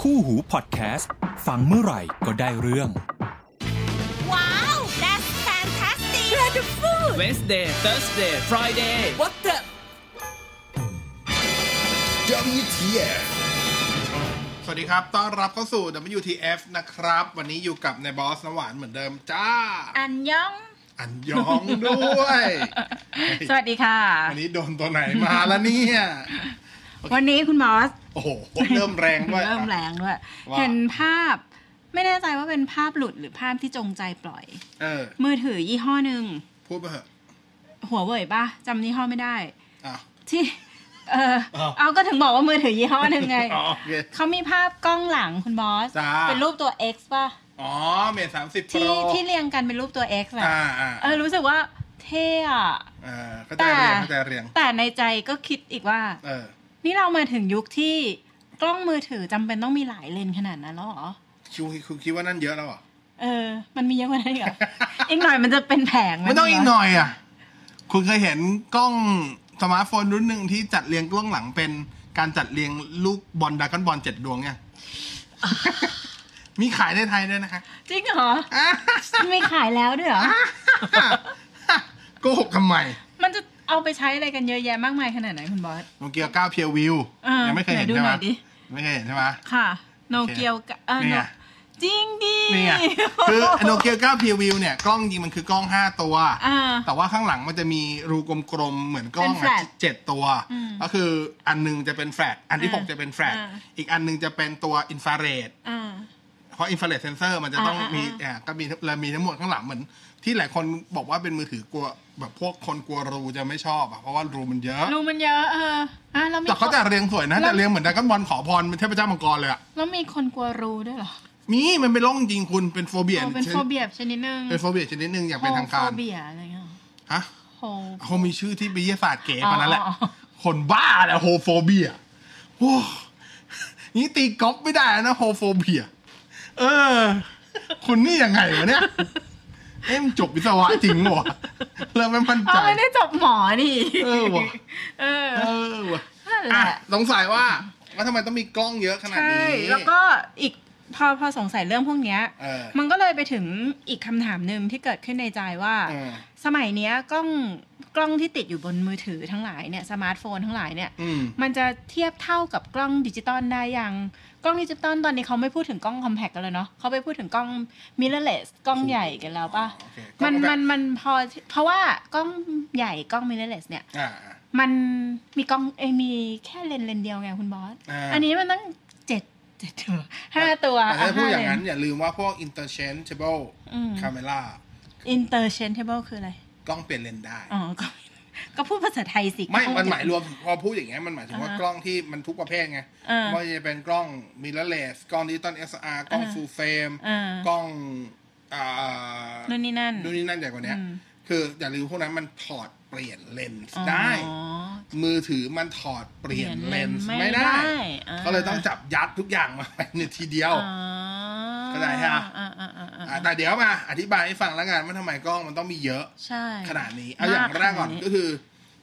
คู่หูพอดแคสต์ฟังเมื่อไหร่ก็ได้เรื่อง Wow, that's fantastic! Wonderful! Wednesday, Thursday, Friday What the? WTF สวัสดีครับ ต้อนรับเข้าสู่ WTF นะครับ วันนี้อยู่กับนายบอสนำหวานเหมือนเดิมจ้า อันยอง อันยองด้วย สวัสดีค่ะ วันนี้โดนตัวไหนมาแล้วเนี่ย วันนี้คุณมอส โอ้โห เริ่มแรงด้วย เริ่มแรงด้วย ว่า เห็นภาพ ไม่แน่ใจว่าเป็นภาพหลุดหรือภาพที่จงใจปล่อย เออ มือถือยี่ห้อหนึ่ง พูดไปเถอะ หัวเว่ยป่ะจำยี่ห้อไม่ได้ อ่ะ ที่ เออ อ้าว เอาก็ถึงบอกว่ามือถือยี่ห้อหนึ่งไง อ๋อ โอเค เขามีภาพกล้องหลังคุณบอส จ้า เป็นรูปตัว X ป่ะ อ๋อ เมษสามสิบโปร ที่ที่เรียงกันเป็นรูปตัว X อะ อ่าอ่า เออรู้สึกว่าเท่อะ เออเข้าใจ แต่ เรียงเข้าใจเรียง แต่ในใจก็คิดอีกว่า เออ นี่เรามาถึงยุคที่กล้องมือถือจำเป็นต้องมีหลายเลนส์ขนาดนั้นแล้วเหรอ คิวคิวคิดว่านั่นเยอะแล้วเหรอ เออ มันมีเยอะกว่านั้นอีก เหรอ อีกหน่อยมันจะเป็นแผงห ไม่ต้องอีกห วะ น่อยอ่ะ คุณเคยเห็นกล้องสมาร์ทโฟนรุ่นหนึ่งที่จัดเรียงกล้องหลังเป็นการจัดเรียงลูกบอลดรากอนบอลเจ็ดดวงเนี่ย มีขายในไทยด้วยนะคะ จริง เหรอ อ่ะ มีขายแล้วด้วยเหรอ โก็หกทำไม มันจะเอาไปใช้อะไรกันเยอะแยะมากมายขนาดไหนคุณบอส โนเกียเก้าเพียววิว เออ ยังไม่เคยเห็น ไหนดู ใช่ไห ห ม น่อยดิ ไม่เคยเห็นใช่ไหม ค่ะโนเกียวกะเออ นี่ไง โนจริงดิ นี่ไง คือโนเกียเก้าเพียววิวเนี่ยกล้องจริงมันคือกล้องห้าตัว อ่า แต่ว่าข้างหลังมันจะมีรูกลมๆเหมือนกล้อง เป็นแฟล อะ ช เจ็ดตัว อืม ก็คืออันหนึงจะเป็นแฟลชอันที่ อ่า หกจะเป็นแฟลช อ่า อีกอันหนึงจะเป็นตัวอินฟราเรด อ่า เพราะอินฟราเรดเซนเซอร์มันจะต้อง อ่าอ่ามี มีอ่าก็มีเรามีทั้งหมดข้างหลังเหมือน ที่หลายคนบอกว่าเป็นมือถือกลัวแบบพวกคนกลัวรูจะไม่ชอบอะเพราะว่ารูมันเยอะ ูมันเยอะ เอออ่ะแล้วมี แต่เขาจะ คน เรียงสวยนะ แล้ว แต่เรียงเหมือนดักอนบอลขอพรเป็นเทพเจ้ามังกรเลยอะ แล้วมีคนกลัวรูด้วยเหรอ มีมันเป็นโรคจริงๆคุณเป็นโฟเบีย อ๋อเป็นโฟเบียชนิดนึง เป็นโฟเบียชนิดหนึงอย่างเป็นทางการ โฟเบียอะไรเงี้ยเหรอ ฮะ โฮ เขามีชื่อที่วิทยาศาสตร์เก๋กว่านั้นแหละ อ๋ออ๋อ คนบ้าแหละโฮโฟเบียโอ้นี่ตีกอล์ฟไม่ได้นะโฮโฟเบีย เออ คุณนี่ยังไงวะเนี่ย เอ็มนจบวิศวะจริงวะเริ่มไม่มั่นใจ เอาไม่ได้จบหมอนี่ เออว่ะ เออ เออวะ นั่นแห อ่ะ ละ สงสัยว่าว่าทำไมต้องมีกล้องเยอะขนาด ใช่ นี้ แล้วก็อีกพอพอสงสัยเรื่องพวกเนี้ย เออ มันก็เลยไปถึงอีกคำถามหนึ่งที่เกิดขึ้นในใจว่า เออ สมัยเนี้ยกล้องกล้องที่ติดอยู่บนมือถือทั้งหลายเนี่ยสมาร์ทโฟนทั้งหลายเนี่ย อืม มันจะเทียบเท่ากับกล้องดิจิตอลได้ยังกล้องดิจิตอลตอนนี้เขาไม่พูดถึงกล้องคอมแพคกันแล้วเนาะเขาไปพูดถึงกล้องมิเรเลสกล้องใหญ่กันแล้วป่ะ โอเค มัน กล้องแบบ มันมันพอเพราะว่ากล้องใหญ่กล้องมิเรเลสเนี่ย อ่า มันมีกล้องเอยมีแค่เลนส์เลนส์เดียวไงคุณบอส อ่า อันนี้มันตั้งเจ็ดเจ็ดตัวห้าตัว แต่ถ้าพูด ห้ อย่างนั้น เล อย่าลืมว่าพวก interchangeable อืม camera interchangeable คืออะไร กล้องเปลี่ยนเลนส์ได้ อ๋อ ก็ก็พูดภาษาไทยสิ ไม่ กล้อง มันหมายรวมถึงพอพูดอย่างเงี้ย มันหมายถึงว่า อ่าฮะ กล้องที่มันทุกประเภทไง อ่า ไม่ว่าจะเป็นกล้องมิเรเลสกล้องดิจิตอล SR กล้อง อ่า full frame อ่าก ล้องอ่า นู่นนี่นั่น นู่นนี่นั่นใหญ่กว่าเนี้ย อืม คืออย่าลืมพวกนั้นมันถอดเปลี่ยนเลนส์ อ๋อ ได้ มือถือมันถอดเปลี่ยนเลนส์ไม่ได้ ไม่ได้อ่า ก็เลยต้องจับยัดทุกอย่าง มาไว้ในทีเดียว อ๋อ เข้าใจฮะ อ่าอ่าอ่าอ่า อ่ะแต่เดี๋ยวมา อธิบายให้ฟังแล้วกันว่าทำไมกล้องมันต้องมีเยอะ ใช่ ขนาดนี้ เอาอย่างแรกก่อนก็คือ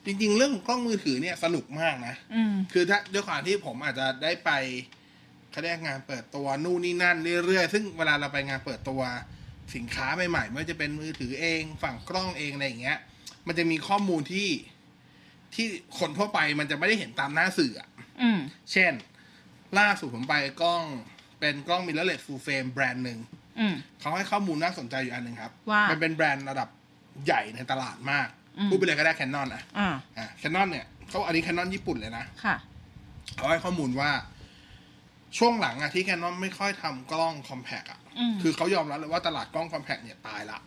จริง ๆ เรื่องของกล้องมือถือเนี่ยสนุกมากนะ อืม คือถ้าด้วยความที่ผมอาจจะได้ไปเขาเรียกงานเปิดตัวนู่นนี่นั่นเรื่อยๆ ซึ่งเวลาเราไปงานเปิดตัวสินค้าใหม่ๆไม่ว่าจะเป็นมือถือเอง ฝั่งกล้องเองอะไรอย่างเงี้ย มันจะมีข้อมูลที่ที่คนทั่วไปมันจะไม่ได้เห็นตามหน้าสื่ออะ อืม เช่น ล่าสุดผมไปกล้องเป็นกล้องมิเรเลสฟูลเฟรมแบรนด์หนึ่ง อืม เขาให้ข้อมูลน่าสนใจอยู่อันหนึ่งครับ ว่ามั นเป็นแบรนด์ระดับใหญ่ในตลาดมากพูดไปเลยก็ได้แคนนอนอะ อ่า อ่ะแคนนอนเนี่ยเขาอันนี้แคนนอนญี่ปุ่นเลยนะ ค่ะ เขาให้ข้อมูลว่า ช่วงหลังอะที่แคนนอนไม่ค่อยทำกล้องคอมแพกอะ อืม คือเขายอมรับเลยว่าตลาดกล้องคอมแพกเนี่ยตายละ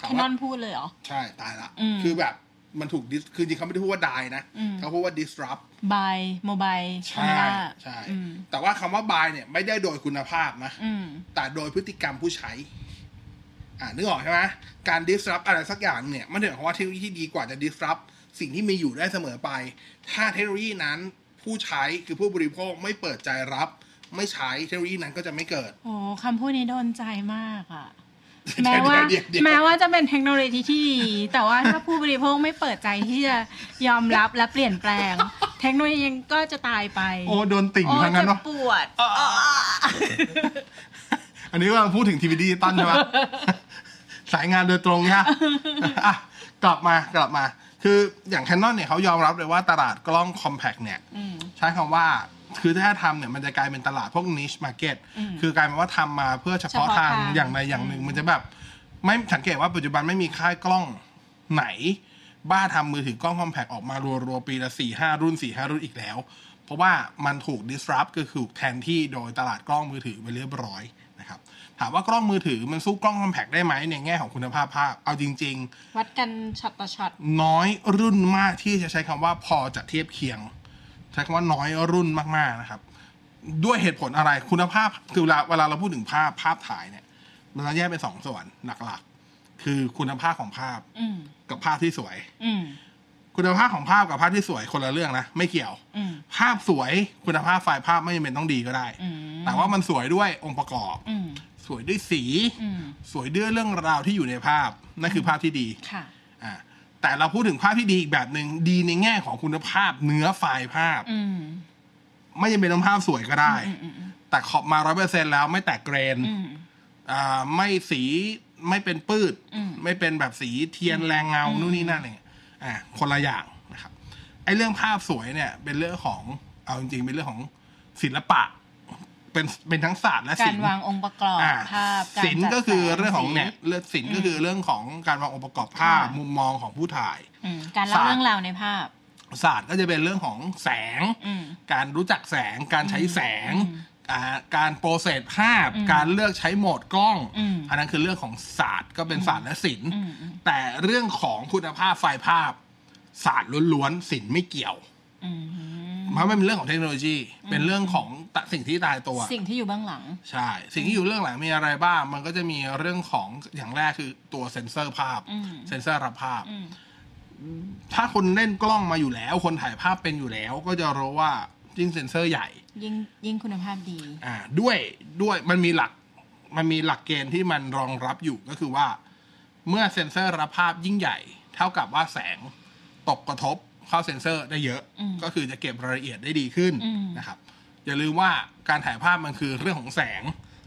ถาม แคนน ว่า อนพูดเลยเหรอ ใช่ตายละ อืม คือแบบมันถูกดิสคือจริงเขาไม่ได้พูดว่าดายนะ อืม เขาพูดว่า disrupt บายโมบาย ใช่ใช่ แต่ว่าคำว่าบายเนี่ย ไม่ได้โดยคุณภาพนะ อืม แต่โดยพฤติกรรมผู้ใช้ อ่านึกออกใช่ไหมการ disrupt อะไรสักอย่างเนี่ย มันถึงคำว่าเทคโนโลยีที่ดีกว่าจะ disrupt สิ่งที่มีอยู่ได้เสมอไป ถ้าเทคโนโลยีนั้นผู้ใช้คือผู้บริโภคไม่เปิดใจรับ ไม่ใช้เทคโนโลยีนั้นก็จะไม่เกิด โอ้คำพูดนี้โดนใจมากอ่ะ แม้ว่า เดี๋ยเดี๋ยเดี๋ย แม้ว่าจะเป็นเทคโนโลยีที่ดี แต่ว่าถ้าผู้บริโภคไม่เปิดใจที่จะยอมรับและเปลี่ยนแปลง เทคโนโลยียังก็จะตายไป โอ้โดนติ่ง โอ้ ทั้งนั้น จะ วะ ปวดอ๋อ อันนี้ก็พูดถึงทีวีดิจิตอลใช่ ไหม สายงานโดยตรงนะอ่ะกลับมากลับมา คืออย่างแคนนอนเนี่ยเขายอมรับเลยว่าตลาดกล้องคอมแพกเนี่ย อืม ใช้คำว่า คือถ้าทำเนี่ยมันจะกลายเป็นตลาดพวก niche market อืม คือกลายเป็นว่าทำมาเพื่อเฉพาะ เฉพาะ ทาง ทาง อย่างใดอย่างหนึ่ง มันจะแบบ ไม่สังเกตว่าปัจจุบันไม่มีค่ายกล้องไหน บ้าทำมือถือกล้องคอมแพกออกมารัวๆ ปีละสี่ห้ารุ่นสี่ห้ารุ่นอีกแล้ว เพราะว่ามันถูก disrupt ก็คือถูกแทนที่โดยตลาดกล้องมือถือไปเรียบร้อยนะครับ ถามว่ากล้องมือถือมันสู้กล้องคอมแพกได้ไหมในแง่ของคุณภาพภาพ เอาจริง ๆ วัดกันช็อตต่อช็อต น้อยรุ่นมากที่จะใช้คำว่าพอจะเทียบเคียง ใช้คำว่าน้อยรุ่นมากๆนะครับ ด้วยเหตุผลอะไรคุณภาพคือเวลาเวลาเราพูดถึงภาพภาพถ่ายเนี่ยเราจะแยกเป็นสองส่วนหลักๆ คือคุณภาพของภาพ อืม กับภาพที่สวย อืม คุณภาพของภาพกับภาพที่สวยคนละเรื่องนะ ไม่เกี่ยว อืม ภาพสวยคุณภาพไฟล์ภาพไม่จำเป็นต้องดีก็ได้ อืม แต่ว่ามันสวยด้วยองค์ประกอบ อืม สวยด้วยสี อืม สวยด้วยเรื่องราวที่อยู่ในภาพนั่นคือภาพที่ดี ค่ะ อ่ะแต่เราพูดถึงภาพที่ดีอีกแบบหนึ่งดีในแง่ของคุณภาพเนื้อไฟล์ภาพ อืม ไม่จำเป็นต้องภาพสวยก็ได้ อืมอืมอืม แต่ขอบมาร้อยเปอร์เซ็นแล้วไม่แตกเกรน อืม อ่าไม่สีไม่เป็นปืด อืม ไม่เป็นแบบสีเทียนแรงเงานู่นนี่นั่นอะไรเงี้ยอ่ะคนละอย่างนะครับไอ้เรื่องภาพสวยเนี่ยเป็นเรื่องของเอาจริงๆเป็นเรื่องของศิลปะ เป็นเป็นทั้งศาสตร์และ กา ศิ ร ลป์ วางองค์ประกอบ อ่า ภาพาร ศิลป์ จัด ก็คือ แส เรื่องของ สี เนี่ยเรื่องศิลป์ก็คือเรื่องของการวางองค์ประกอบภาพ ค่ะ มุมมองของผู้ถ่าย อืมการเล่า ศาสตร์ เรื่องราวในภาพ ศาสตร์ก็จะเป็นเรื่องของแสง อืม การรู้จักแสง การใช้แสง อืม อ่าการโปรเซสภาพ อืม การเลือกใช้โหมดกล้อง อืม นนั้นคือเรื่องของศาสตร์ก็เป็นศาสตร์และศิลป์ อืมอืม แต่เรื่องของคุณภาพไฟล์ภาพ ศาสตร์ล้วนๆศิลป์ไม่เกี่ยว อืม เพราะมันเป็นเรื่องของเทคโนโลยี เป็นเรื่องของตะสิ่งที่ตายตัว สิ่งที่อยู่เบื้องหลัง ใช่ สิ่งที่อยู่เรื่องหลังมีอะไรบ้าง มันก็จะมีเรื่องของอย่างแรกคือตัวเซ็นเซอร์ภาพ อืม เซ็นเซอร์รับภาพ อืม ถ้าคนเล่นกล้องมาอยู่แล้ว คนถ่ายภาพเป็นอยู่แล้ว ก็จะรู้ว่ายิ่งเซ็นเซอร์ใหญ่ ยิ่งยิ่งคุณภาพดี อ่าด้วยด้วยมันมีหลักมันมีหลักเกณฑ์ที่มันรองรับอยู่ก็คือว่า เมื่อเซ็นเซอร์รับภาพยิ่งใหญ่ เท่ากับว่าแสงตกกระทบเข้าเซ็นเซอร์ได้เยอะ อืม ก็คือจะเก็บรายละเอียดได้ดีขึ้น อืม นะครับ อย่าลืมว่าการถ่ายภาพมันคือเรื่องของแสง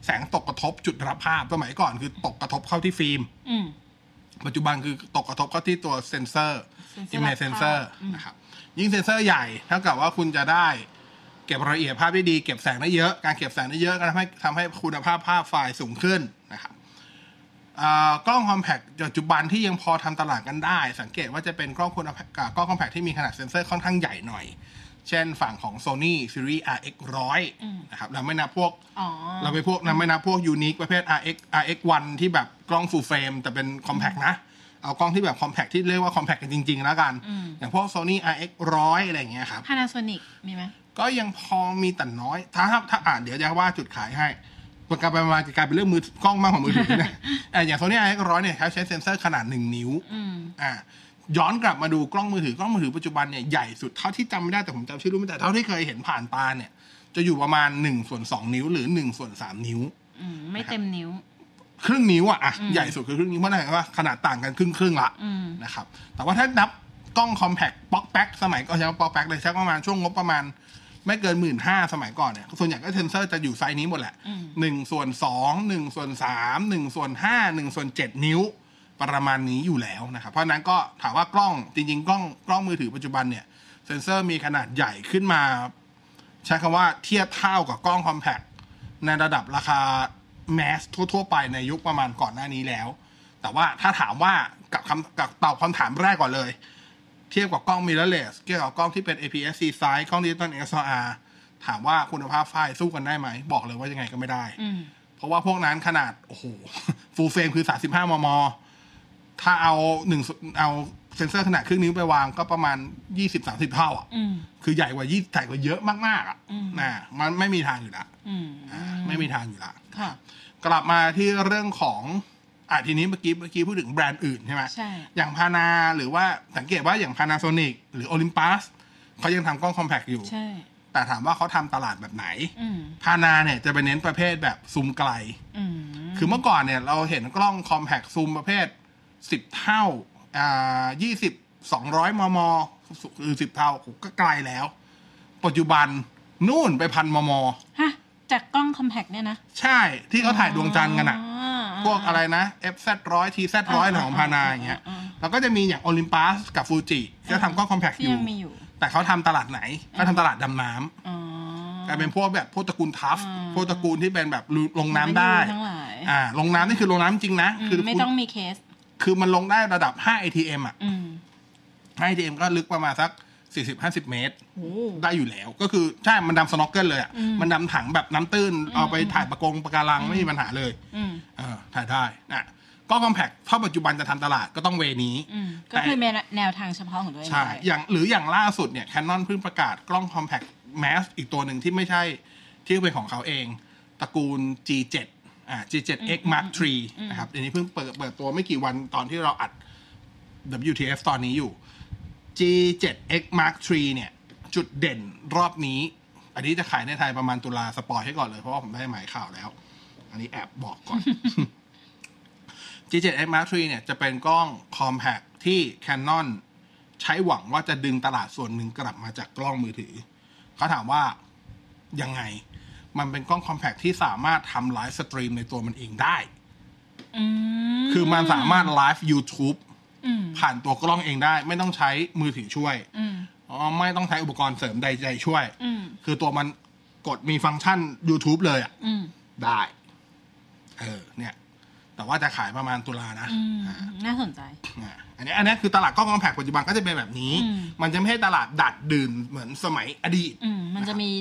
แสงตกกระทบจุดรับภาพสมัยก่อนคือตกกระทบเข้าที่ฟิล์ม อืม ปัจจุบันคือตกกระทบก็ที่ตัวเซนเซอร์ เซ็นเซอร์ image รับภาพ sensor อืม นะครับ ยิ่งเซนเซอร์ใหญ่เท่ากับว่าคุณจะได้ เก็บรายละเอียดภาพได้ดี เก็บแสงได้เยอะ การเก็บแสงได้เยอะก็ทำให้ทำให้คุณภาพภาพไฟล์สูงขึ้นนะครับอ่ากล้องคอมแพคปัจจุบันที่ยังพอทำตลาดกันได้ สังเกตว่าจะเป็นกล้องคุณภาพอ่ากล้องคอมแพคที่มีขนาดเซนเซอร์ค่อนข้างใหญ่หน่อย เช่นฝั่งของ Sony Series RX อืม 100นะครับเราไม่นับพวก อ๋อ เราไปพวกนะไม่นับพวกยูนิคประเภท RX RX1 ที่แบบกล้อง full frame แต่เป็น compact นะ เอากล้องที่แบบ compact ที่เรียกว่า compact กันจริง ๆ แล้วกัน อืม อย่างพวก Sony RX 100อะไรอย่างเงี้ยครับ พานาโซนิกมีไหม ก็ยังพอมีแต่น้อย ถ้าถ้าถ้าอ่านเดี๋ยวจะว่าจุดขายให้ประกลารไปมาจะกลายเป็นเรื่องมือกล้องมากกว่ามือถือนะ อ่ะอย่าง Sony RX 100เนี่ยเขาใช้เซ็นเซอร์ขนาด 1 นิ้ว อืม อ่ะย้อนกลับมาดูกล้องมือถือกล้องมือถือปัจจุบันเนี่ยใหญ่สุดเท่าที่จำไม่ได้แต่ผมจำชื่อรุ่นไม่ได้เท่าที่เคยเห็นผ่านตาเนี่ย จะอยู่ประมาณ1ส่วน2นิ้วหรือ1ส่วน3นิ้ว อืม ไม่เต็มนิ้ว ครึ่งนิ้วอะอะ อืม ใหญ่สุดคือครึ่งนิ้วเพราะนั่นหมายความว่าขนาดต่างกันครึ่งครึ่งๆละ อืม นะครับ แต่ว่าถ้านับกล้องคอมแพคป๊อกแป๊กสมัยก็ใช้ป๊อกแป๊กเลยใช้ประมาณช่วงงบประมาณ ไม่เกินหมื่นห้าสมัยก่อนเนี่ยส่วนใหญ่ก็เซนเซอร์จะอยู่ไซส์นี้หมดแหละ อืม หนึ่งส่วนสองหนึ่งส่วนสามหนึ่งส่วนห้าหนึ่งส่วนเจ็ดนิ้ว ประมาณนี้อยู่แล้วนะครับเพราะฉะนั้นก็ถามว่ากล้องจริง ๆ กล้องกล้องมือถือปัจจุบันเนี่ยเซนเซอร์มีขนาดใหญ่ขึ้นมา ใช้คำว่าเทียบเท่ากับกล้องคอมแพคในระดับราคาแมสทั่ว ๆ ไปในยุคประมาณก่อนหน้านี้แล้ว แต่ว่าถ้าถามว่ากับคำกับตอบคำถามแรกก่อนเลย เทียบกับกล้องมิเรเลสเทียบกับกล้องที่เป็น APS-C size กล้องดิจิตอล SLR ถามว่าคุณภาพไฟล์สู้กันได้ไหม บอกเลยว่ายังไงก็ไม่ได้ อืม เพราะว่าพวกนั้นขนาด โอ้โห ฟูลเฟรมคือ 35 มม ถ้าเอาหนึ่งเอาเซ็นเซอร์ขนาดครึ่งนิ้วไปวางก็ประมาณ 20-30 เท่าอ่ะ อืม คือใหญ่กว่ายี่ใหญ่กว่าเยอะมากๆอ่ะ อืม นะมันไม่มีทางอยู่ละ อืม อ่าไม่มีทางอยู่ละ ค่ะ กลับมาที่เรื่องของอ่ะทีนี้เมื่อกี้เมื่อกี้พูดถึงแบรนด์อื่นใช่ไหม ใช่ อย่างพานาหรือว่าสังเกตว่าอย่างพานาโซนิกหรือโอลิมปัสเขายังทำกล้องคอมแพคอยู่ ใช่ แต่ถามว่าเขาทำตลาดแบบไหน อืม พานาเนี่ยจะไปเน้นประเภทแบบซูมไกล อืม คือเมื่อก่อนเนี่ยเราเห็นกล้องคอมแพคซูมประเภท 10 เท่าอ่า20 200 มมคือ10 เท่าโอ้โหก็ไกลแล้ว ปัจจุบันนู่นไปพันมม ฮะจากกล้องคอมแพกเนี่ยนะ ใช่ที่เขาถ่ายดวงจันทร์กันอะ อ่า พวกอะไรนะ FZ ร้อย TZ ร้อยของพานาอย่างเงี้ย อ่าอ่า แล้วก็จะมีอย่างโอลิมปัสกับฟูจิก็ทำกล้องคอมแพค ที่ อยู่ ยังมีอยู่ แต่เขาทำตลาดไหนเขาทำตลาดดำน้ อ๋อ ำกลายเป็นพวกแบบพวกตระกูลทัฟ อ่า พวกตระกูลที่เป็นแบบลงน้ำได้ ทั้งหลาย อ่าลงน้ำนี่คือลงน้ำจริงนะ อืม คือ ไม่ คุณ ต้องมีเคส คือมันลงได้ระดับ 5 ATM อ่ะ อืม 5 ATM ก็ลึกประมาณสัก 40-50 เมตร โอ้ ได้อยู่แล้ว ก็คือใช่มันดำสโนว์เกิลเลยอ่ะ อืม มันดำถังแบบน้ำตื้นเอาไป อืม ถ่ายประกงประการังไม่มีปัญหาเลย อืม เออถ่ายได้นะก็คอมแพคถ้าปัจจุบันจะทำตลาดก็ต้องเวนี้ อืมก็คือแนวแนวทางเฉพาะของตัวเอง ใช่ ด้วย อย่างหรืออย่างล่าสุดเนี่ย Canon เพิ่งประกาศกล้องคอมแพคแมสอีกตัวหนึ่งที่ไม่ใช่ที่เป็นของเขาเอง ตระกูล G7 อ่า G7X Mark III นะครับอันนี้เพิ่งเปิดเปิดตัวไม่กี่วันตอนที่เราอัด WTF ตอนนี้อยู่ G7X Mark III เนี่ย จุดเด่นรอบนี้ อันนี้จะขายในไทยประมาณตุลาสปอยให้ก่อนเลยเพราะว่าผมได้หมายข่าวแล้ว อันนี้แอบบอกก่อน G7X Mark III เนี่ยจะเป็นกล้อง Compact ที่ Canon ใช้หวังว่าจะดึงตลาดส่วนหนึ่งกลับมาจากกล้องมือถือ เขาถามว่ายังไง มันเป็นกล้อง Compact ที่สามารถทำไลฟ์สตรีมในตัวมันเองได้ อืม คือมันสามารถไลฟ์ YouTube อืม ผ่านตัวกล้องเองได้ ไม่ต้องใช้มือถือช่วย อืม อ๋อไม่ต้องใช้อุปกรณ์เสริมใดๆช่วย อืม คือตัวมันกดมีฟังก์ชัน YouTube เลยอ่ะ อืม ได้ เออ เนี่ย แต่ว่าจะขายประมาณตุลานะ อืม อ่า น่าสนใจ อ่ะอันนี้อันนี้คือตลาดกล้องคอมแพคปัจจุบันก็จะเป็นแบบนี้ อืม มันจะไม่ใช่ตลาดดัดดื่นเหมือนสมัยอดีต อืมมันจะมี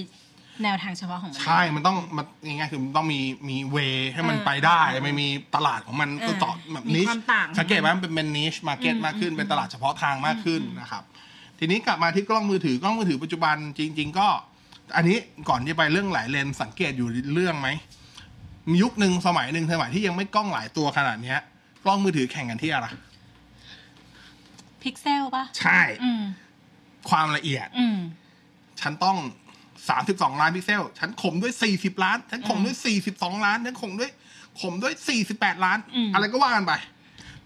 แนวทางเฉพาะของมัน ใช่ มันต้องมันง่ายๆคือมันต้องมีมีเวให้มัน เออ ไปได้ เออ มันมีตลาดของมัน เออ ก็ต่อแบบ มี นิช ความต่าง สังเกตว่ามันเป็นนิชมาร์เก็ตมากขึ้น เป็นตลาดเฉพาะทางมากขึ้นนะครับ ทีนี้กลับมาที่กล้องมือถือกล้องมือถือปัจจุบันจริง ๆ ก็ อันนี้ก่อนที่ไปเรื่องหลายเลนส์สังเกตอยู่เรื่องไหมมียุคหนึ่งสมัยหนึ่งสมัยที่ยังไม่กล้องหลายตัวขนาดเนี้ยกล้องมือถือแข่งกันที่อะไร พิกเซลปะ ใช่ อืม ความละเอียด อืม ฉันต้อง 32 ล้านพิกเซล ฉันข่มด้วย 40 ล้าน ฉันข่มด้วย 42 ล้าน ฉันข่มด้วยข่มด้วย 48 ล้าน อืม อะไรก็ว่ากันไป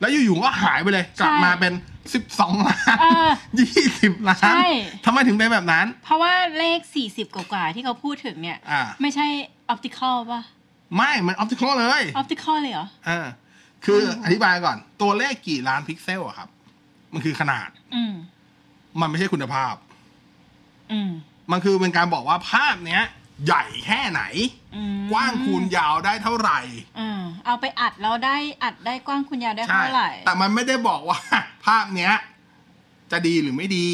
แล้วอยู่ๆก็หายไปเลย กลับมาเป็น 12 ล้าน เออ 20 ล้า ใช่ นทำไมถึงเป็นแบบนั้น เพราะว่าเลข 40 กว่าๆที่เขาพูดถึงเนี่ย อ่า ไม่ใช่ออปติคอลปะ ไม่ มันออ t ติคอลเลย ออปติคอลเลยเหรอ อ่า คืออธิบายก่อน ตัวเลขกี่ล้านพิกเซลอะครับ มันคือขนาด อืม มันไม่ใช่คุณภาพ อืม มันคือเป็นการบอกว่าภาพเนี้ย ใหญ่แค่ไหน อืม กว้างคูณยาวได้เท่าไหร่ อ่าเอาไปอัดแล้วได้อัดได้กว้างคุณยาวได้เท่าไหร่ แต่มันไม่ได้บอกว่า ภาพเนี้ย จะดีหรือไม่ดี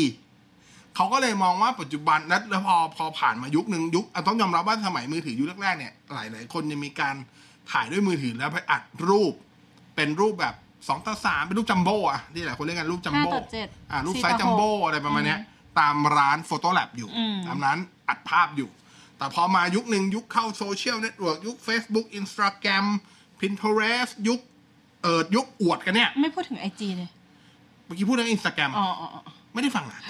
เขาก็เลยมองว่าปัจจุบันนั้นแล้วพอพอผ่านมายุคหนึ่งยุคอ่ะต้องยอมรับว่าสมัยมือถือยุคแรกๆเนี่ยหลายหลายๆคนยังมีการถ่ายด้วยมือถือแล้วไปอัดรูป เป็นรูปแบบสองต่อสามเป็นรูปจัมโบ้อะที่หลายคนเรียกกันรูปจัมโบ้ ห้าต่อเจ็ด อ่ะรูป สี่ ไซส์ ต่อหก จัมโบ้อะไรประมาณเนี้ย ตามร้านโฟโต้แลบอยู่ อืม ตามร้านอัดภาพอยู่ แต่พอมายุคหนึ่งยุคเข้าโซเชียลเน็ตเวิร์กยุค Facebook Instagram Pinterest ยุคเอิดยุคอวดกันเนี่ย ไม่พูดถึงไอจีเลย เมื่อกี้พูดเรื่องอินสตาแกรม อ๋ออ๋ออ๋อ ไม่ได้ฟัง นะ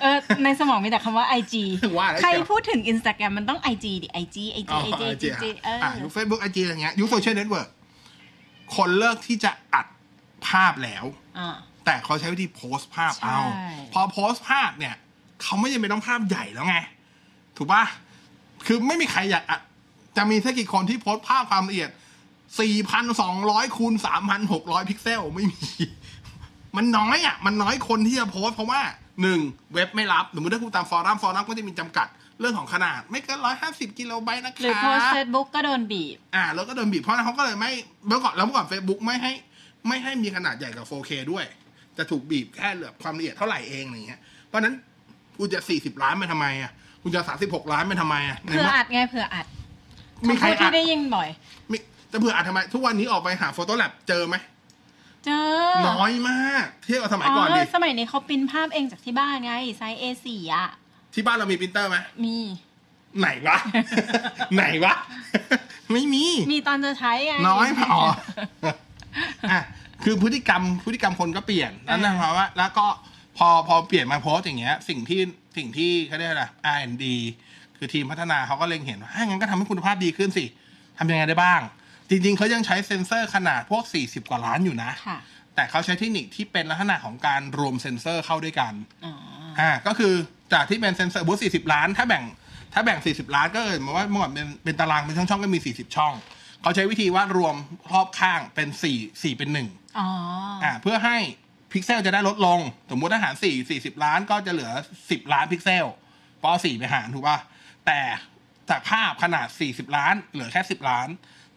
เออในสมองมีแต่คำว่า IG ว่าแล้ว ใครพูดถึง Instagram มันต้อง IG ดิ IG IG อ๋อ IG ไอ IG จี เอออ อ่ะยุคเฟซบุ๊กไอจีอะไรเงี้ยยุคโซเชียลเน็ตเวิร์กคนเลิกที่จะอัดภาพแล้ว อ่ะ แต่เขาใช้วิธีโพสต์ภาพเอา ใช่ พอโพสต์ภาพเนี่ย เขาไม่จำเป็นต้องภาพใหญ่แล้วไง ถูกปะคือไม่มีใครอยากอัดจะมีแค่กี่คนที่โพสต์ภาพความละเอียด 4,200คูณ3,600 พิกเซลไม่มี มันน้อยอ่ะ มันน้อยคนที่จะโพสต์เพราะว่าหนึ่งเว็บไม่รับ สมมติถ้าคุณตามฟอรัมฟอรัมก็จะมีจำกัดเรื่องของขนาด ไม่เกิน 150 กิโลไบต์นะ หรือ คะ โพสเฟซบุ๊กก็โดนบีบ อ่าแล้วก็โดนบีบเพราะฉะนั้นเขาก็เลยไม่เมื่อก่อนแล้วเมื่อก่อน Facebook ไม่ให้ ไม่ให้มีขนาดใหญ่กับ 4K ด้วย จะถูกบีบแค่เหลือความละเอียดเท่าไหร่เองอะไรเงี้ยเพราะฉะนั้นคุณจะ 40 ล้านไปทำไมอ่ะคุณจะ 36 ล้านไปทำไมอ่ะใน เผื่อ เมื่อ อัดไงเผื่ออัด มีใคร คำพูด อั ที่ ด ได้ยินบ่อย มีจะเผื่ออัดทำไม ทุกวันนี้ออกไปหา Photo Lab เจอไหม เจอ น้อยมาก เทียบกับสมัยก่อนดิ สมัยนี้เขาปริ้นภาพเองจากที่บ้านไง ไซส์ A4 อ่ะ ที่บ้านเรามีปรินเตอร์ไหม มี ไหน วะ ไหนวะ ไม่มี มีตอนจะใช้ไง น้อย พออ่ะคือพฤติกรรมพฤติกรรมคนก็เปลี่ยนแล้วนั่นหมายความว่า แล้วก็พอพอเปลี่ยนมาโพสต์อย่างเงี้ย สิ่งที่สิ่งที่เขาเรียกอะไร R&D คือทีมพัฒนาเขาก็เล็งเห็นว่าอ่ะงั้นก็ทำให้คุณภาพดีขึ้นสิทำยังไงได้บ้าง จริงๆเขายังใช้เซ็นเซอร์ขนาดพวก 40 กว่าล้านอยู่นะ ค่ะ แต่เขาใช้เทคนิคที่เป็นลักษณะของการรวมเซ็นเซอร์เข้าด้วยกัน อ๋อ อ่าก็คือจากที่เป็นเซนเซอร์บูธ40 ล้าน ถ้าแบ่งถ้าแบ่ง 40 ล้านก็เกิดมาว่าเมื่อก่อนเป็นเป็นตารางเป็นช่องๆก็มี 40 ช่อง เขาใช้วิธีว่ารวมรอบข้างเป็น 4 4 เป็น 1 อ๋อ อ่าเพื่อให้พิกเซลจะได้ลดลง สมมุติถ้าหาร 4 40 ล้านก็จะเหลือ 10 ล้านพิกเซลเพราะเอา4ไปหารถูกป่ะ แต่จากภาพขนาด 40 ล้าน เหลือแค่ 10 ล้าน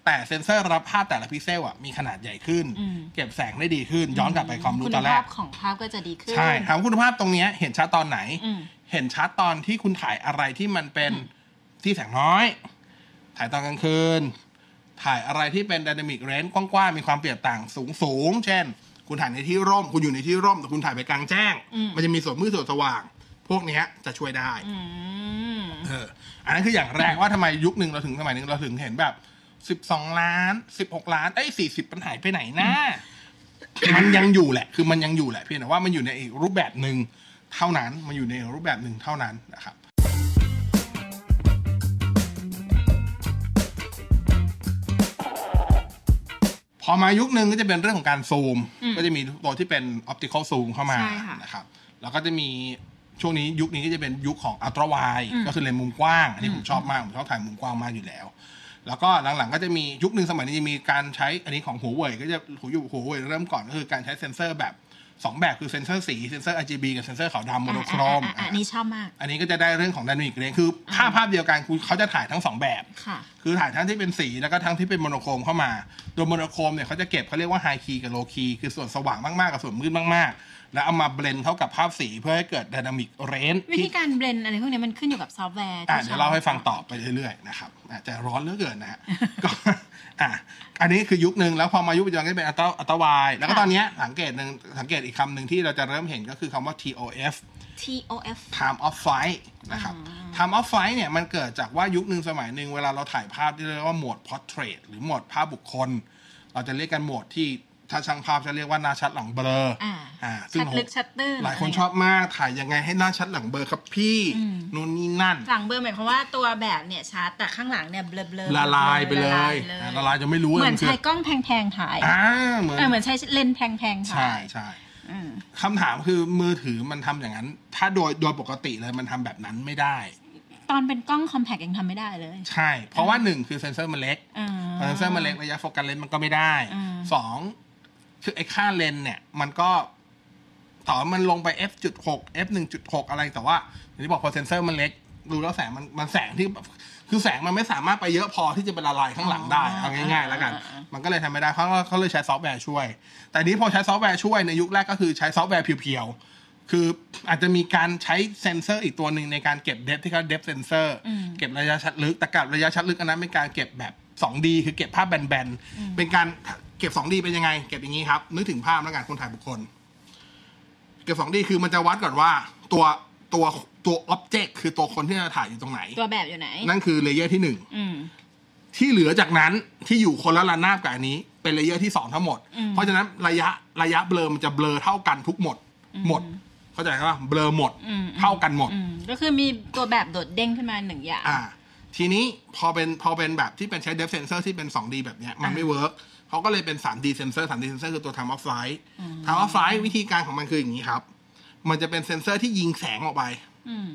แต่เซนเซอร์รับภาพแต่ละพิกเซลอ่ะมีขนาดใหญ่ขึ้น เก็บแสงได้ดีขึ้น ย้อนกลับไปความรู้ คุ ต ณ อนแร ภาก พของภาพก็จะดีขึ้น ใช่ถามว่าคุณภาพตรงเนี้ยเห็นชัดตอนไหน อืม เห็นชัดตอนที่คุณถ่ายอะไรที่มันเป็นที่แสงน้อย ถ่ายตอนกลางคืน ถ่ายอะไรที่เป็นดินามิกเรนจ์กว้างๆ มีความเปรียบต่างสูงสูงๆเช่น คุณถ่ายในที่ร่ม คุณอยู่ในที่ร่ม แต่คุณถ่ายไปกลางแจ้ง มันจะมีส่วนมืดส่วนสว่าง พวกเนี้ยจะช่วยได้ อืม เออ อันนั้นคืออย่างแรกว่าทำไมยุคหนึ่งเราถึงสมัยหนึ่งเราถึงเห็นแบบสิบสองล้านสิบหกล้านเอ้สี่สิบมันหายไปไหนนะ มันยังอยู่แหละ คือมันยังอยู่แหละเพียงแต่ว่ามันอยู่ในอีกรูปแบบหนึ่งเท่านั้น มันอยู่ในรูปแบบหนึ่งเท่านั้นนะครับ พอมายุคหนึ่งก็จะเป็นเรื่องของการซูม ก็จะมีตัวที่เป็นออปติคอลซูมเข้ามานะครับแล้วก็จะมีช่วงนี้ยุคนี้ก็จะเป็นยุคของอัลตราไวก็คือเลนส์มุมกว้าง อันนี้ผมชอบมาก ผมชอบถ่ายมุมกว้างมากอยู่แล้ว แล้วก็หลังๆก็จะมียุคหนึ่งสมัยนี้จะมีการใช้อันนี้ของหัวเว่ยก็จะหัวอยู่หัวเว่ยเริ่มก่อนก็คือการใช้เซ็นเซอร์แบบ 2 แบบคือเซ็นเซอร์สีเซ็นเซอร์ RGB กับเซ็นเซอร์ขาวดำโมโนโครม อ่ะอ่ะอ่ะอันนี้ชอบมาก อันนี้ก็จะได้เรื่องของ dynamic range คือภาพภาพเดียวกันคุณเขาจะถ่ายทั้งสองแบบ ค่ะ คือถ่ายทั้งที่เป็นสีแล้วก็ทั้งที่เป็นโมโนโครมเข้ามา โดยโมโนโครมเนี่ยเขาจะเก็บเขาเรียกว่าไฮคีกับโลคีคือส่วนสว่างมากๆ กับส่วนมืดมากๆ แล้วเอามาเบลนเข้ากับภาพสีเพื่อให้เกิดดินามิกเรน วิธีการเบลนอะไรพวกเนี้ยมันขึ้นอยู่กับซอฟต์แวร์ อ่ะ ที่ เดี๋ยว ใช้ เล่าให้ฟังต่อไปเรื่อยๆนะครับอาจจะร้อนเหลือเกินนะฮะ ก็อ่ะอันนี้คือยุคหนึ่งแล้วพอมายุคปัจจุบันก็เป็นอัตอัตวาย แล้วก็ตอนเนี้ยสังเกตหนึ่งสังเกตอีกคำหนึ่งที่เราจะเริ่มเห็นก็คือคำว่า TOF ะ TOF time of flight นะครับ time of flight เนี่ยมันเกิดจากว่ายุคหนึ่งสมัยหนึ่งเวลาเราถ่ายภาพที่เรียกว่าโหมด portrait หรือโหมดภาพบุคคล เราจะเรียกกันโหมดที่ถ้าช่างภาพจะเรียกว่าหน้าชัดหลังเบลอ อ่า อ่าซึ่ง ชัดลึกชัดตื้น หลายคน อะไร ชอบมากถ่ายยังไงให้หน้าชัดหลังเบลอครับพี่ อืม นู่นนี่นั่น หลังเบอร์หมายความว่าตัวแบบเนี่ยชัดแต่ข้างหลังเนี่ยเบลอๆ ละลายไปเล ละลาย ไปเลย อ่ะละลายจนไม่รู้ เหมือน คื ใช้กล้องแพงๆถ่าย อ่าเหมือน เออเหมือนใช้เลนส์แพงๆถ่า ใช่ ย ใช่ อืม คำถามคือมือถือมันทำอย่างนั้น ถ้าโดยโดยปกติเลยมันทำแบบนั้นไม่ได้ ตอนเป็นกล้องคอมแพคยังทำไม่ได้เลย ใช่ เพราะว่าหนึ่งคือเซนเซอร์มันเล็ก อ่า เพราะเซนเซอร์มันเล็กระยะโฟกัสเลนส์มันก็ไม่ได้ อืม สองคือไอ้ค่าเลนส์เนี่ย มันก็ต่อมันลงไป f 6 f 1.6 อะไรแต่ว่าอย่างที่บอกพอเซนเซอร์มันเล็ก ดูแล้วแสงมันมันแสงที่แบบคือแสงมันไม่สามารถไปเยอะพอที่จะเป็นละลายข้างหลังได้เอาง่ายๆ แล้วกัน มันก็เลยทำไม่ได้เพราะเขาเลยใช้ซอฟต์แวร์ช่วย แต่นี้พอใช้ซอฟต์แวร์ช่วยในยุคแรกก็คือใช้ซอฟต์แวร์เพียวๆคืออาจจะมีการใช้เซนเซอร์อีกตัวหนึ่งในการเก็บเดฟที่เขาเดฟเซนเซอร์เก็บระยะชัดลึกแต่กับระยะชัดลึกอันนั้นเป็นการเก็บแบบ 2D คือเก็บภาพแบนๆเป็นการเก็บ 2D เป็นยังไง เก็บอย่างนี้ครับนึกถึงภาพแล้วกันคนถ่ายบุคคล เก็บ 2D คือมันจะวัดก่อนว่าตัวตัวตัวอ็อบเจกต์คือตัวคนที่เราถ่ายอยู่ตรงไหน ตัวแบบอยู่ไหน นั่นคือเลเยอร์ที่หนึ่ง อืม ที่เหลือจากนั้นที่อยู่คนละระนาบกับอันนี้ เป็นเลเยอร์ที่สองทั้งหมด เพราะฉะนั้นระยะระยะเบลอมันจะเบลอเท่ากันทุกหมด หมด เข้าใจป่ะเบลอหมด อืม เท่ากันหมด อืมก็คือมีตัวแบบโดดเด้งขึ้นมาหนึ่งอย่าง อ่า ทีนี้พอเป็นพอเป็นแบบที่เป็นใช้ depth sensor ที่เป็น 2D แบบเนี้ยมันไม่เวิร์กเขาก็เลยเป็น 3D sensor 3D sensor คือตัว time of flight time of flight วิธีการของมันคืออย่างนี้ครับ มันจะเป็นเซนเซอร์ที่ยิงแสงออกไป อืม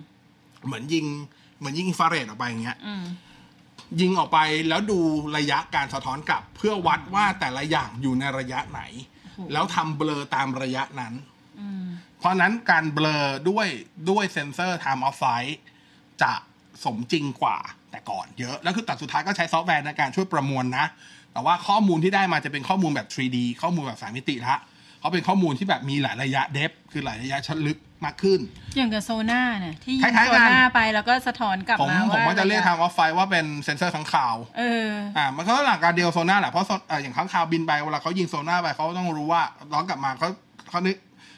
เหมือนยิงเหมือนยิงอินฟราเรดออกไปอย่างเงี้ย อืม ยิงออกไปแล้วดูระยะการสะท้อนกลับ เพื่อวัดว่าแต่ละอย่างอยู่ในระยะไหน แล้วทำเบลอตามระยะนั้น อืม เพราะฉะนั้นการเบลอด้วยด้วยเซนเซอร์ time of flight จะสมจริงกว่าแต่ก่อนเยอะ แล้วคือตัดสุดท้ายก็ใช้ซอฟต์แวร์ในการช่วยประมวลนะ แต่ว่าข้อมูลที่ได้มาจะเป็นข้อมูลแบบ 3D ข้อมูลแบบสามมิติละเขาเป็นข้อมูลที่แบบมีหลายระยะเดฟคือหลายระยะชั้นลึกมากขึ้น อย่างกับโซน่าเนี่ยที่ยิ ค ง ล้ายๆ โซ กัน น่าไปแล้วก็สะท้อนกลับ ผม มาว่า ผมก็จะเรียก time of flight ว่าเป็นเซนเซอร์ข้างข่าว เออ อ่ามันก็หลักการเดียวโซน่าแหละเพราะโซเอ่ออย่างค้างคาวบินไปเวลาเขายิงโซน่าไปเขาต้องรู้ว่าร้อนกลับมาเขาเขานึก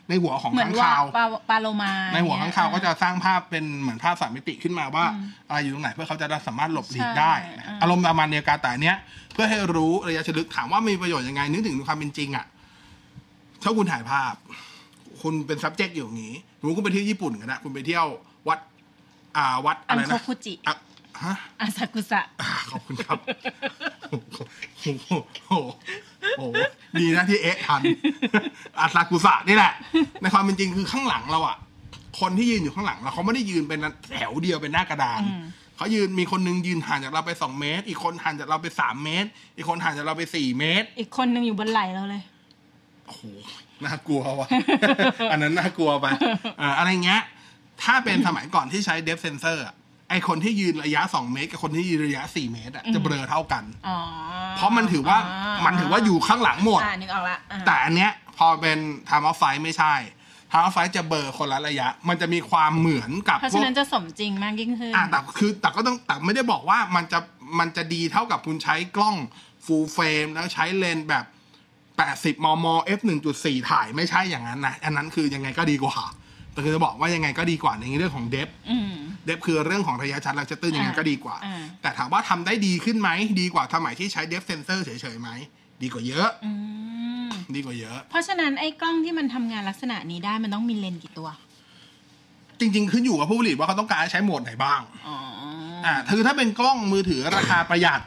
ในหัวของ เหมือน ค้าง ว่า คาว ปลาปลาโลมา ในหัว อย่ ข้าง เย คาวก็จะสร้างภาพเป็นเหมือนภาพสามมิติขึ้นมาว่าอะไรอยู่ตรงไหนเพื่อเขาจะได้สามารถหลบหลีกได้ ใช่ นะ อ่า อารมณ์ประมาณเดียวกันแต่อันเนี้ยเพื่อให้รู้ระยะชลึกถามว่ามีประโยชน์ยังไงนึกถึงความเป็นจริงอ่ะถ้าคุณถ่ายภาพ คุณเป็น subject อยู่อย่างนี้สมรู้คุณไปเที่ยวญี่ปุ่นกันนะคุณไปเที่ยววัด อ่าวัดอะ อัน ไร โค นะ คุจิ อ่ะฮะ อาซากุสะ ขอบคุณครับ โอ้โหโอ้โหโอ้โหดีนะที่เอ๊ะทัน อาซากุสะนี่แหละ ในความเป็นจริงคือข้างหลังเราอะคนที่ยืนอยู่ข้างหลังเราเขาไม่ได้ยืนเป็นแถวเดียวเป็นหน้ากระดาน อืม เขายืนมีคนหนึงยืนห่างจากเราไปสองเมตร อีกคนห่างจากเราไปสามเมตร อีกคนห่างจากเราไปสี่เมตร อีกคนหนึ่งอยู่บนไหล่เราเลย โอ้โห น่ากลัวว่ะ อันนั้นน่ากลัวไปอ่าอะไรเงี้ย ถ้าเป็นสมัยก่อนที่ใช้เดฟเซนเซอร์ไอคนที่ยืนระยะ 2 เมตร กับคนที่ยืนระยะ 4 เมตรอะจะเบลอเท่ากัน อ๋อ เพราะมันถือว่ามันถือว่าอยู่ข้างหลังหมด อ่านึกออกละอ่า แต่อันเนี้ยพอเป็นไทม์ออฟไฟไม่ใช่ไทม์ออฟไฟจะเบลอคนละระยะ มันจะมีความเหมือนกับ เพราะ พ ฉะ วก นั้นจะสมจริงมากยิ่งขึ้น อ่ะแต่คือแต่ก็ต้องแต่ไม่ได้บอกว่ามันจะมันจะดีเท่ากับคุณใช้กล้อง full frame แล้วใช้เลนส์แบบ 80 มม f 1.4 ถ่ายไม่ใช่อย่างนั้นนะ อันนั้นคือยังไงก็ดีกว่า แต่คือจะบอกว่ายังไงก็ดีกว่าในเรื่องของเดฟ อืม เดฟคือเรื่องของระยะชัดและชัตเตอร์ยังไงก็ดีกว่า อ่า แต่ถามว่าทำได้ดีขึ้นไหม ดีกว่าสมัยที่ใช้เดฟเซนเซอร์เฉยๆไหม ดีกว่าเยอะ อืม ดีกว่าเยอะ เพราะฉะนั้นไอ้กล้องที่มันทำงานลักษณะนี้ได้มันต้องมีเลนส์กี่ตัว จริง ๆ ขึ้นอยู่กับผู้ผลิตว่าเขาต้องการให้ใช้โหมดไหนบ้าง อ๋อ อ่าคือถ้าเป็นกล้องมือถือราคาประหยัด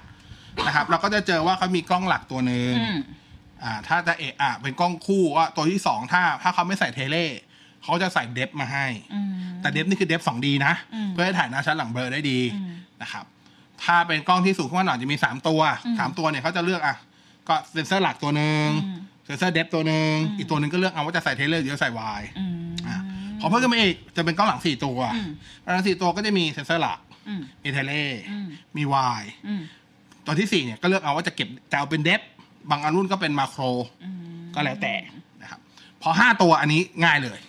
นะครับ เราก็จะเจอว่าเขามีกล้องหลักตัวหนึ่ง อืม อ่า ถ้าจะเอะอ่ะเป็นกล้องคู่ว่าตัวที่สองถ้า ถ้าเขาไม่ใส่เทเลเขาจะใส่เดฟมาให้ อืม แต่เดฟนี่คือเดฟสองดีนะ อืม เพื่อให้ถ่ายหน้าชั้นหลังเบลอได้ดี อืม นะครับ ถ้าเป็นกล้องที่สูงขึ้นมาหน่อยจะมีสามตัว อืม สามตัวเนี่ยเขาจะเลือกอ่ะก็เซนเซอร์หลักตัวหนึ่ง อืม เซนเซอร์เดฟตัวหนึ่ง อืม อีกตัวหนึ่งก็เลือกเอาว่าจะใส่เทเลหรือจะใส่วาย อืม อ่ะ พอเพิ่มขึ้นมาอีกจะเป็นกล้องหลังสี่ตัว อืม กล้องหลังสี่ตัวก็จะมีเซนเซอร์หลัก อืม มีเทเล อืม มีวาย อืม ตอนที่สี่เนี่ยก็เลือกเอาว่าจะเก็บจะเอาเป็นเดฟบางอันรุ่นก็เป็นมาโคร อืม ก็แล้วแต่นะครับ พอห้าตัวอันนี้ง่ายเลย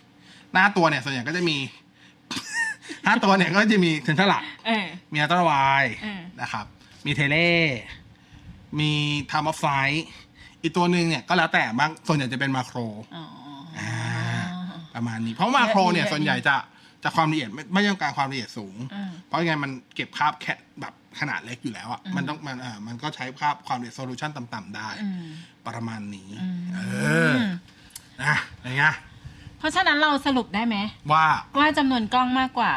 หน้าตัวเนี่ยส่วนใหญ่ก็จะมี ห้าตัวเนี่ยก็จะมีเซนเซอร์หลัก เออ มีอัลตร้าวาย อืม นะครับ มีเทเล มีทามอฟไฟอีกตัวหนึ่งเนี่ยก็แล้วแต่บางส่วนใหญ่จะเป็นมาโคร อ๋ออ ประมาณนี้ เพราะมาโครเนี่ย เยอะๆ ส่วนใหญ่จะจะความละเอียดไม่ไม่ต้องการความละเอียดสูง อืม เพราะยังไงมันเก็บภาพแค่แบบขนาดเล็กอยู่แล้วอ่ะมันต้องมันอ่ามันก็ใช้ภาพความละเอียดโซลูชันต่ำๆได้ อืม ประมาณนี้ อืม เออนะอย่างเงี้ย เพราะฉะนั้นเราสรุปได้ไหม ว่า ว่าจำนวนกล้องมากกว่า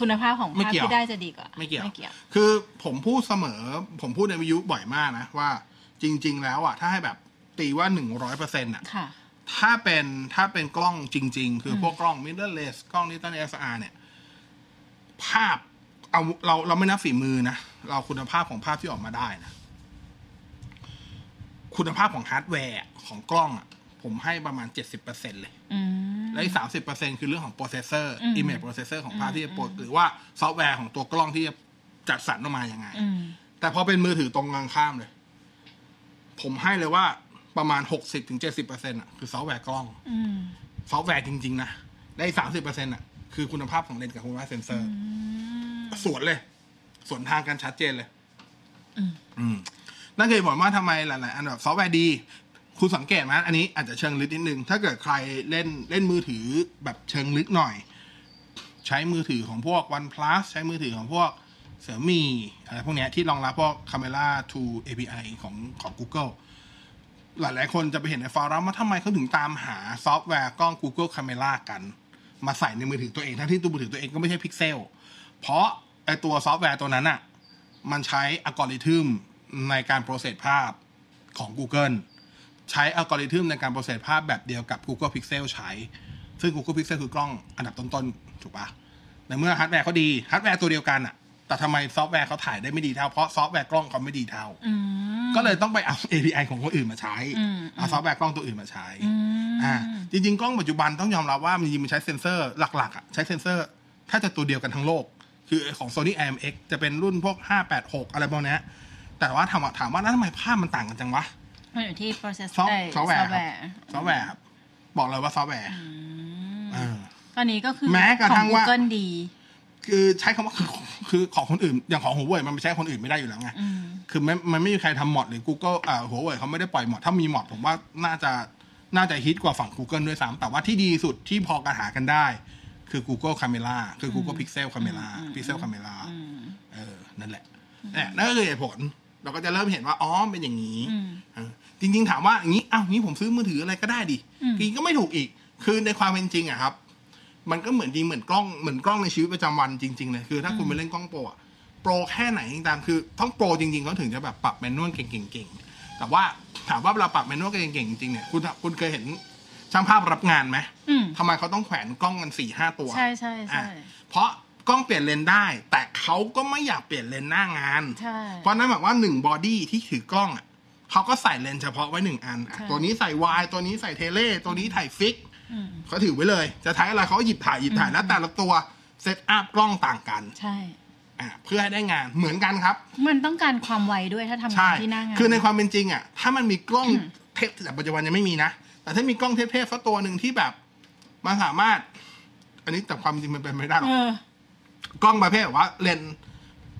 คุณภาพของ ไม่ ภาพ เกี่ยว ที่ได้จะดีกว่า ไม่เกี่ยว ไม่เกี่ยว คือผมพูดเสมอ ผมพูดในวิทยุบ่อยมากนะ ว่าจริง ๆ แล้วอ่ะถ้าให้แบบตีว่าหนึ่งร้อยเปอร์เซ็นต์อ่ะ ค่ะ ถ้าเป็นถ้าเป็นกล้องจริง ๆ คือพวกกล้อง mirrorless กล้อง Nikon SR เนี่ย ภาพเอาเราเราไม่นับฝีมือนะ เราคุณภาพของภาพที่ออกมาได้นะ คุณภาพของฮาร์ดแวร์ของกล้องอะผมให้ประมาณ 70%เลย อืม และอีกสามสิบเปอร์เซ็นคือเรื่องของโปรเซสเซอร์ อืม image processor ของภาพที่จะโปรหรือว่าซอฟต์แวร์ของตัวกล้องที่จะจัดสรรออกมายังไง อืม แต่พอเป็นมือถือตรงกันข้ามเลย ผมให้เลยว่าประมาณหกสิบถึงเจ็ดสิบเปอร์เซ็นต์อ่ะคือซอฟต์แวร์กล้อง อืม ซอฟต์แวร์จริง ๆ นะ ได้สามสิบเปอร์เซ็นต์อ่ะ คือคุณภาพของเลนส์กับคุณภาพเซนเซอร์ สวนเลย สวนทางกันชัดเจนเลย อืม อืม นั่นคือผมว่าทำไมหลาย ๆ อันแบบซอฟต์แวร์ดี คุณสังเกตไหมอันนี้อาจจะเชิงลึกนิดนึง ถ้าเกิดใครเล่นเล่นมือถือแบบเชิงลึกหน่อย ใช้มือถือของพวก OnePlus ใช้มือถือของพวกเสือมีอะไรพวกเนี้ยที่รองรับพวก Camera to API ของของ Google หลาย ๆ คนจะไปเห็นในฟอรัมว่าทำไมเขาถึงตามหาซอฟต์แวร์กล้อง Google Camera กัน มาใส่ในมือถือตัวเอง ทั้งที่ตัวมือถือตัวเองก็ไม่ใช่พิกเซล เพราะไอตัวซอฟต์แวร์ตัวนั้นอะมันใช้อัลกอริทึมในการโปรเซสภาพของ Google ใช้อัลกอริทึมในการโปรเซสภาพแบบเดียวกับ Google Pixel ใช้ ซึ่ง Google Pixel คือกล้องอันดับต้น ๆ ถูกปะในเมื่อฮาร์ดแวร์เขาดี ฮาร์ดแวร์ตัวเดียวกันอะแต่ทำไมซอฟต์แวร์เขาถ่ายได้ไม่ดีเท่า เพราะซอฟต์แวร์กล้องเขาไม่ดีเท่า อืม ก็เลยต้องไปเอา API ของคนอื่นมาใช้ อืม เอาซอฟต์แวร์กล้องตัวอื่นมาใช้ อืม อ่า จริง ๆ กล้องปัจจุบันต้องยอมรับว่ามันจริงๆมันใช้เซ็นเซอร์หลัก ๆ อ่ะ ใช้เซ็นเซอร์ถ้าจะตัวเดียวกันทั้งโลก คือของ Sony IMX จะเป็นรุ่นพวก 586 อะไรพวกเนี้ยแต่ว่าถามว่าถามว่าแล้วทำไมภาพมันต่างกันจังวะ มันอยู่ที่ process ซอฟต์ เย ซอฟต์แวร์ครับ software ซอฟต์แวร์ครับบอกเลยว่าซอฟต์แวร์ อืม อ่า ตอนนี้ก็คือ แม้กระทั่ง ขอ ว่า Google ดี คือใช้คำว่า คือคือของคนอื่น อย่างของหัวเว่ยมันไปใช้คนอื่นไม่ได้อยู่แล้วไง อืม คือไม่มันไม่มีใครทำหมอดหรือ Google อ่าหัวเว่ยเขาไม่ได้ปล่อยหมอดถ้ามีหมอดผมว่าน่าจะน่าจะฮิตกว่าฝั่ง Google ด้วยซ้ำแต่ว่าที่ดีสุดที่พอกันหากันได้ คือ Google Camera คือ Google Pixel Camera Pixel Camera อืม เออ นั่นแหละเนี่ยนั่นก็คือเหตุผล เราก็จะเริ่มเห็นว่า อ๋อ เป็นอย่างนี้ อืม เออจริง ๆ ถามว่าอย่างนี้ อ้าวงี้ผมซื้อมือถืออะไรก็ได้ดิ อืม จริงก็ไม่ถูกอีก คือในความเป็นจริงอะครับ มันก็เหมือนจริงเหมือนกล้องเหมือนกล้องในชีวิตประจำวันจริง ๆ เลย คือถ้าคุณไปเล่นกล้องโปรอะ โปรแค่ไหนตามคือต้องโปรจริงๆแล้วถึงจะแบบปรับแมนนวลเก่งๆ แต่ว่าถามว่าเราปรับแมนนวลเก่งๆจริงๆเนี่ยคุณคุณเคยเห็นช่างภาพรับงานไหม อืม ทำไมเขาต้องแขวนกล้องกันสี่ห้าตัว ใช่ใช่ อ่ะ ใช่ เพราะกล้องเปลี่ยนเลนส์ได้ แต่เขาก็ไม่อยากเปลี่ยนเลนส์หน้างาน ใช่ เพราะนั้นหมายว่าหนึ่งบอดี้ที่ถือกล้องอ่ะเขาก็ใส่เลนส์เฉพาะไว้หนึ่งอันอ่ะ ใช่ ตัวนี้ใส่วายตัวนี้ใส่เทเลตัวนี้ถ่ายฟิก อืม เขาถือไว้เลย จะถ่ายอะไรเขาก็หยิบถ่ายหยิบถ่าย อืม แล้วแต่ละตัวเซตอัพกล้องต่างกัน ใช่ อ่ะเพื่อให้ได้งานเหมือนกันครับ มันต้องการความไวด้วยถ้าทำงา ใช่ นที่หน้างาน คือในความเป็นจริงอ่ะ ถ้ามันมีกล้อง อืม เทปแต่ปัจจุบันยังไม่มีนะ แต่ถ้ามีกล้องเทปๆสักตัวหนึ่งที่แบบมันสามารถ อันนี้แต่ความจริงมันเป็นไม่ได้หรอก เออ กล้องประเภทแบบว่าเลนส์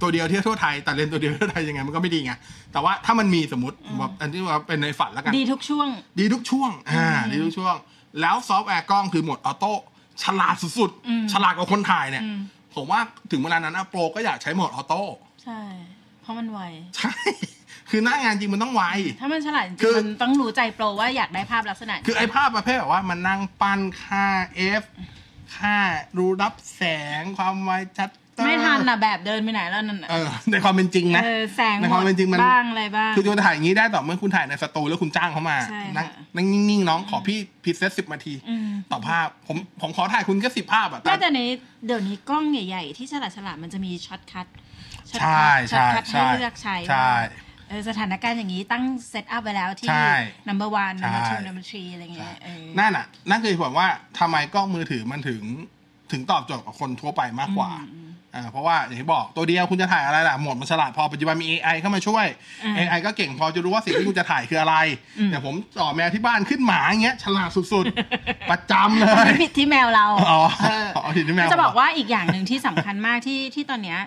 ตัวเดียวเที่ยวทั่วไทยแต่เลนส์ตัวเดียวเที่ยวไทยยังไงมันก็ไม่ดีไงแต่ว่าถ้ามันมีสมมติแบบอันที่ว่าเป็นในฝันแล้วกัน ดีทุกช่วง ดีทุกช่วงอ่าดีทุกช่วง แล้วซอฟต์แวร์กล้องคือโหมดออโต้ฉลาดสุด อืม ๆ ฉลาดกว่าคนถ่ายเนี่ย อืม ผมว่าถึงเวลานั้นอะโปรก็อยากใช้โหมดออโต้ ใช่ เพราะมันไว ใช่ คือหน้างานจริงมันต้องไว ถ้ามันฉลาดจริง คือ ๆมันต้องรู้ใจโปรว่าอยากได้ภาพลักษณะนี้ คือไอ้ภาพประเภทแบบว่ามันนั่งปั้นค่า F ค่ารูรับแสงความไวชัดเตอร์ ไม่ทันอ่ะแบบเดินไปไหนแล้วนั่นน่ะ เออในความเป็นจริงนะ เออแสงหม ในความเป็นจริงมั ด น บ้างอะไรบ้าง คือจะมาถ่ายอย่างนี้ได้ต่อเมื่อคุณถ่ายในสตูแล้วคุณจ้างเขามา ใช่ค่ะ นั่งนั่งนิ่งๆน้องขอพี่พิเศษสิบนาที ม ต่อภาพ ผมผมขอถ่ายคุณแค่สิบภาพอะ แม้ แต่ แต่ในเดี๋ยวนี้กล้องใหญ่ ๆ ที่ฉลาดฉลาดๆมันจะมีช็อตคัทช็อต ใช่ คัท ใช่ ช็ใช่อตคัทให้เลือกใช้ ใช่ ว่าเออสถานการณ์อย่างนี้ตั้งเซตอัพไว้แล้วที่ ใช่ number one number two ใช่ number three อะไรเงี้ยเออ นั่นน่ะ นั่นคือผมว่าทำไมกล้องมือถือมันถึงถึงตอบโจทย์กับคนทั่วไปมากกว่า อืม อ่าเพราะว่าอย่างที่บอกตัวเดียวคุณจะถ่ายอะไรล่ะโหมดมันฉลาดพอปัจจุบันมี AI เข้ามาช่วย อ่า AI ก็เก่งพอจะรู้ว่าสิ่งที่คุณจะถ่ายคืออะไรแต่ผมต่อแมวที่บ้านขึ้นหมาอย่างเงี้ยฉลาดสุดๆ ประจำเลย ไม่ผิดที่แมวเรา อ๋อ เออ เอาผิดที่แมว จะบอกว่าอีกอย่างหนึ่งที่สำคัญมากที่ที่ตอนเนี้ย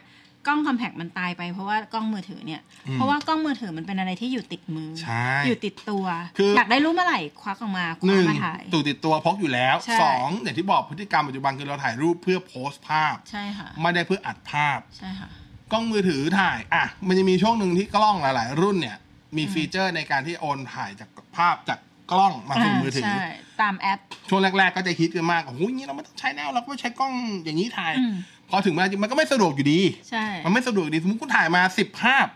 กล้องคอมแพกมันตายไปเพราะว่ากล้องมือถือเนี่ย เพราะว่ากล้องมือถือมันเป็นอะไรที่อยู่ติดมือ ใช่ อยู่ติดตัว คือ อยากได้รู้เมื่อไหร่ควักออกมาค ห ว้า นึ่ง มาถ่าย ตู่ติดตัวพกอยู่แล้ว ใช่ สองอย่างที่บอกพฤติกรรมปัจจุบันคือเราถ่ายรูปเพื่อโพสต์ภาพ ใช่ค่ะ ไม่ได้เพื่ออัดภาพ ใช่ค่ะ กล้องมือถือถ่ายอ่ะมันจะมีช่วงหนึ่งที่กล้องหลาย ๆ รุ่นเนี่ย มีฟีเจอร์ในการที่โอนถ่ายจากภาพจากกล้องมาสู่มือถือ ใช่ ตามแอป ช่วงแรก ๆ ก็จะฮิตกันมากโอ้โหอย่างนี้เราไม่ต้องใช้แล้วเราก็ใช้กล้องอย่างนี้ถ่าย อืม พอถึงเวลาจริงมันก็ไม่สะดวกอยู่ดี ใช่ มันไม่สะดวกดีสมมติคุณถ่ายมาสิบภาพ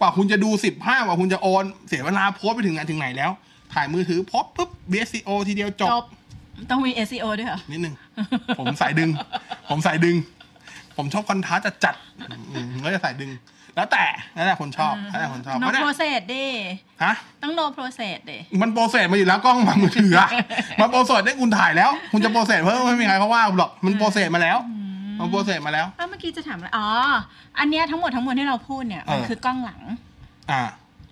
กว่าคุณจะดูสิบภาพกว่าคุณจะโอนเสียเวลาโพสต์ไปถึงไหนถึงไหนแล้ว ถ่ายมือถือโพสต์ปุ๊บ VSCO ทีเดียวจ จ บ บ ต้องมี SEO ด้วยเหรอ นิดนึง ผมสายดึง ผมสายดึง ผมชอบคอนท้าจัดจัดๆอืมก็จะสายดึง แล้วแต่แล้วแต่คนชอบแล้วแต่คนชอบ โน ไม่ได้ โปรเซสดิ ฮะ ต้องโนโปรเซสดิ มันโปรเซสมาอยู่แล้วกล้องมือถืออะมันโปรเซสได้คุณถ่ายแล้ว คุณจะโปรเซสเพิ่มไม่มีใครเขาว่าหรอกมันโปรเซสมาแล้ว มันโปรเซสมาแล้ว อ้าวเมื่อกี้จะถามอะไร อ๋อ อันเนี้ยทั้งหมดทั้งมวลที่เราพูดเนี่ย มัน เออ คือกล้องหลัง อ่า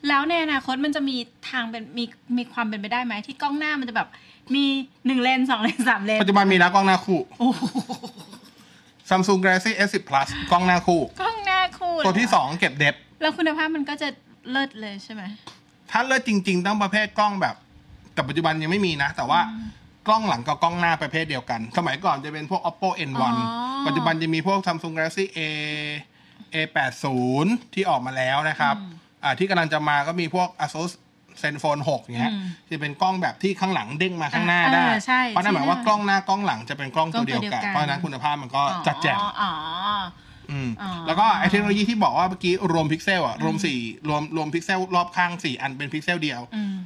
แล้วในอนาคตมันจะมีทางเป็นมีมีความเป็นไปได้ไหมที่กล้องหน้ามันจะแบบ มีหนึ่งเลนสองเลนสามเลน ปัจจุบันมีแล้วกล้องหน้าคู่ โอ้โห Samsung Galaxy S10 Plus กล้องหน้าคู่ กล้องหน้าคู่ ตัวที่ 2 เก็บเด็บ แล้วคุณภาพมันก็จะเลิศเลยใช่ไหม ถ้าเลิศจริง ๆ ต้องประเภทกล้องแบบ แต่ปัจจุบันยังไม่มีนะ แต่ว่ากล้องหลังกับกล้องหน้าประเภทเดียวกัน สมัยก่อนจะเป็นพวก oppo อ๋ n1 อ ปัจจุบันจะมีพวก samsung galaxy a a80 ที่ออกมาแล้วนะครับอ่าที่กำลังจะมาก็มีพวก asus zenfone 6เนี้ยจะเป็นกล้องแบบที่ข้างหลังเด้งมาข้างหน้า อ่า ได้ อ่าใช่ เพราะนั่นหมายว่ากล้องหน้ากล้องหลังจะเป็นกล้องตัวเดียว กกัล้อนงตัวเดียวกัน เพราะฉะนั้นคุณภาพมันก็จัดแจง อ๋ออ๋อ อืม อ๋อ แล้วก็ไอเทคโนโลยีที่บอกว่าเมื่อกี้รวมพิกเซลอะรวมสี่รวมรวมพิกเซลรอบข้างสี่อันเป็นพิกเซลเดียว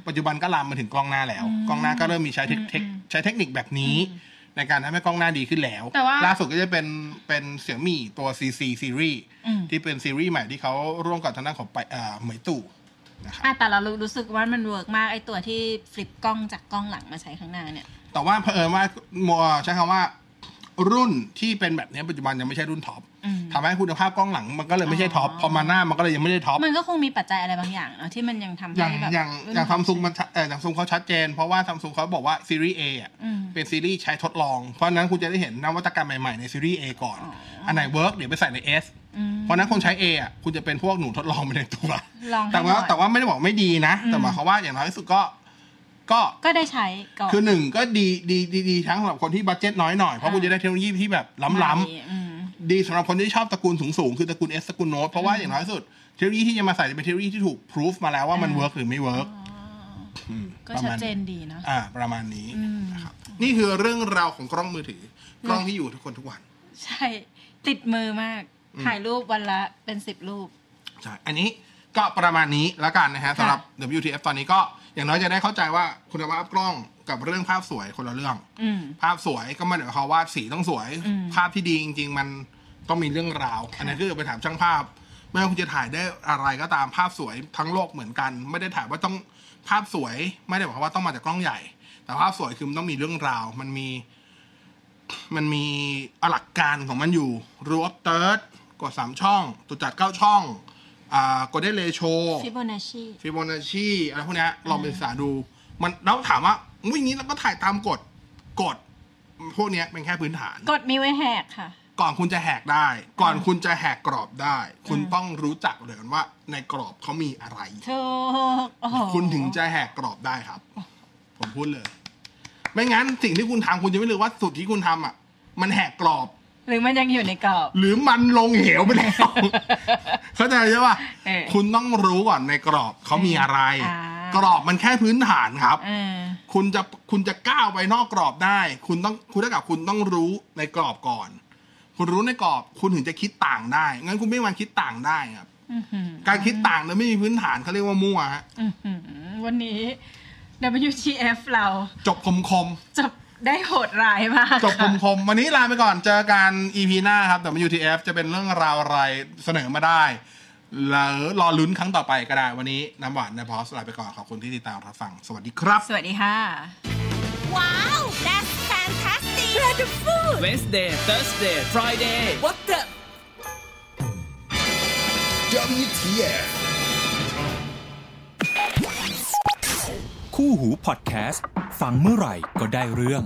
ปัจจุบันก็ลามมาถึงกล้องหน้าแล้ว กล้องหน้าก็เริ่มมีใช้เทคเทคใช้เทคนิคแบบนี้ ในการทำให้กล้องหน้าดีขึ้นแล้ว แต่ว่า ล่าสุดก็จะเป็นเป็นเสี่ยมี่ตัว CC series อืม ที่เป็นซีรีส์ใหม่ที่เขาร่วมกับทางด้านของไปเอ่อเหมยตู่นะครับ อ่ะแต่เรารู้รู้สึกว่ามันเวิร์กมากไอตัวที่ฟลิปกล้องจากกล้องหลังมาใช้ข้างหน้าเนี่ย แต่ว่าเผอิญว่ามัวใช้คำว่ารุ่นที่เป็นแบบนี้ปัจจุบันยังไม่ใช่รุ่นท็อป อืม ทำให้คุณภาพกล้องหลังมันก็เลยไม่ใช่ท็อปพอมาหน้ามันก็เลยยังไม่ได้ท็อป มันก็คงมีปัจจัยอะไรบางอย่างเนาะที่มันยังทำ อย่าง ให้แบบ อย่าง รุ่น อย่างซัมซุงมันชัดเอ่ออย่างซัมซุงเขาชัดเจน เพราะว่าซัมซุงเขาบอกว่าซีรีส์ A อ่ะ อืม เป็นซีรีส์ใช้ทดลอง เพราะฉะนั้นคุณจะได้เห็นนวัตกรรมใหม่ ๆ ในซีรีส์ A ก่อน อันไหนเวิร์กเดี๋ยวไปใส่ใน S เพราะฉะนั้นคนใช้ A อ่ะคุณจะเป็นพวกหนูทดลองไปในตัว ลองให้ แต่ว่า หน่อย แต่ว่าไม่ได้บอกไม่ดีนะ แต่หมายความว่าอย่างน้อยที่สุดก็ก็ ก็ได้ใช้ก่อน คือหนึ่งก็ดีดีดีดีทั้งสำหรับคนที่บัตเจ็ตน้อยหน่อยเพราะ อ่า คุณจะได้เทคโนโลยีที่แบบ ใหม่ ล้ำๆ อืม ดีสำหรับคนที่ชอบตระกูลสูงสูงๆคือตระกูล S ตระกูลโนตเพราะว่าอย่างน้อยสุดเทคโนโลยีที่จะมาใส่จะเป็นเทคโนโลยีที่ถูกพิสูจมาแล้วว่ามัน อ่า เวิร์กหรือไม่เวิร์กม ก็ ประ ชัด มาณ เจนดีเนาะ อ่า ประมาณนี้ อืม นะครับนี่คือเรื่องราวของกล้องมือถือ กล้องที่อยู่ทุกคนทุกวัน ใช่ ติดมือมาก อืม ถ่ายรูปวันละเป็นสิบรูป ใช่อันนี้ก็ประมาณนี้แล้วกันนะฮะ ค่ะ สำหรับ WTF ตอนนี้ก็อย่างน้อยจะได้เข้าใจว่าคุณภาพกล้องกับเรื่องภาพสวยคนละเรื่อง อืม ภาพสวยก็ไม่ได้หมายความว่าสีต้องสวย อืม ภาพที่ดีจริง ๆ มันต้องมีเรื่องราว อันนั้นคือไปถามช่างภาพ ไม่ว่าคุณจะถ่ายได้อะไรก็ตามภาพสวยทั้งโลกเหมือนกัน ไม่ได้ถ่ายว่าต้องภาพสวย ไม่ได้หมายความว่าต้องมาจากกล้องใหญ่ แต่ภาพสวยคือมันต้องมีเรื่องราว มันมี มันมีหลักการของมันอยู่รูปเติร์ดกดสามช่องตุจัดเก้าช่องอ่ากดได้เลโช ิโบนัชชี ฟิโบนัชชีอะไรพวกเนี้ยลองไปศึกษาดู มันแล้วถามว่าวิ่งนี้เราก็ถ่ายตามกฎกฎพวกเนี้ยเป็นแค่พื้นฐาน กดมีไว้แหกค่ะ ก่อนคุณจะแหกได้ ก่อนคุณจะแหกกรอบได้ คุณต้องรู้จักเลยก่อนว่าในกรอบเขามีอะไร ถูกโอ้โห คุณถึงจะแหกกรอบได้ครับ ผมพูดเลย ไม่งั้นสิ่งที่คุณทำคุณจะไม่รู้ว่าสุดที่คุณทำอ่ะ มันแหกกรอบ หรือมันยังอยู่ในกรอบ หรือมันลงเหวไป แล้ว เข้าใจใช่ป่ะ เออ คุณต้องรู้ก่อนในกรอบเขามีอะไร อ่า กรอบมันแค่พื้นฐานครับ เออ คุณจะคุณจะก้าวไปนอกกรอบได้ คุณต้องคุณเท่ากับคุณต้องรู้ในกรอบก่อน คุณรู้ในกรอบ คุณถึงจะคิดต่างได้ งั้นคุณไม่มาคิดต่างได้ครับ อื้อหือ การคิดต่างโดยไม่มีพื้นฐานเขาเรียกว่ามั่วฮะ อื้อหือวันนี้ WTF เรา จบคมคม จบได้โหดร้ายมาก ๆจบค ค่ะ มคมๆวันนี้ลาไปก่อนเจอกัน EP หน้าครับแต่ UTF จะเป็นเรื่องราวอะไรเสนอมาได้แล้วรอลุ้นครั้งต่อไปก็ได้วันนี้น้ำหวานนะพอสลาไปก่อนขอบคุณที่ติดตามรับฟังสวัสดีครับ สวัสดีค่ะ Wow, that's fantastic. Wonderful. Wednesday, Thursday, Friday. What the? WTF. คู่หูพอดแคสต์ ฟังเมื่อไหร่ก็ได้เรื่อง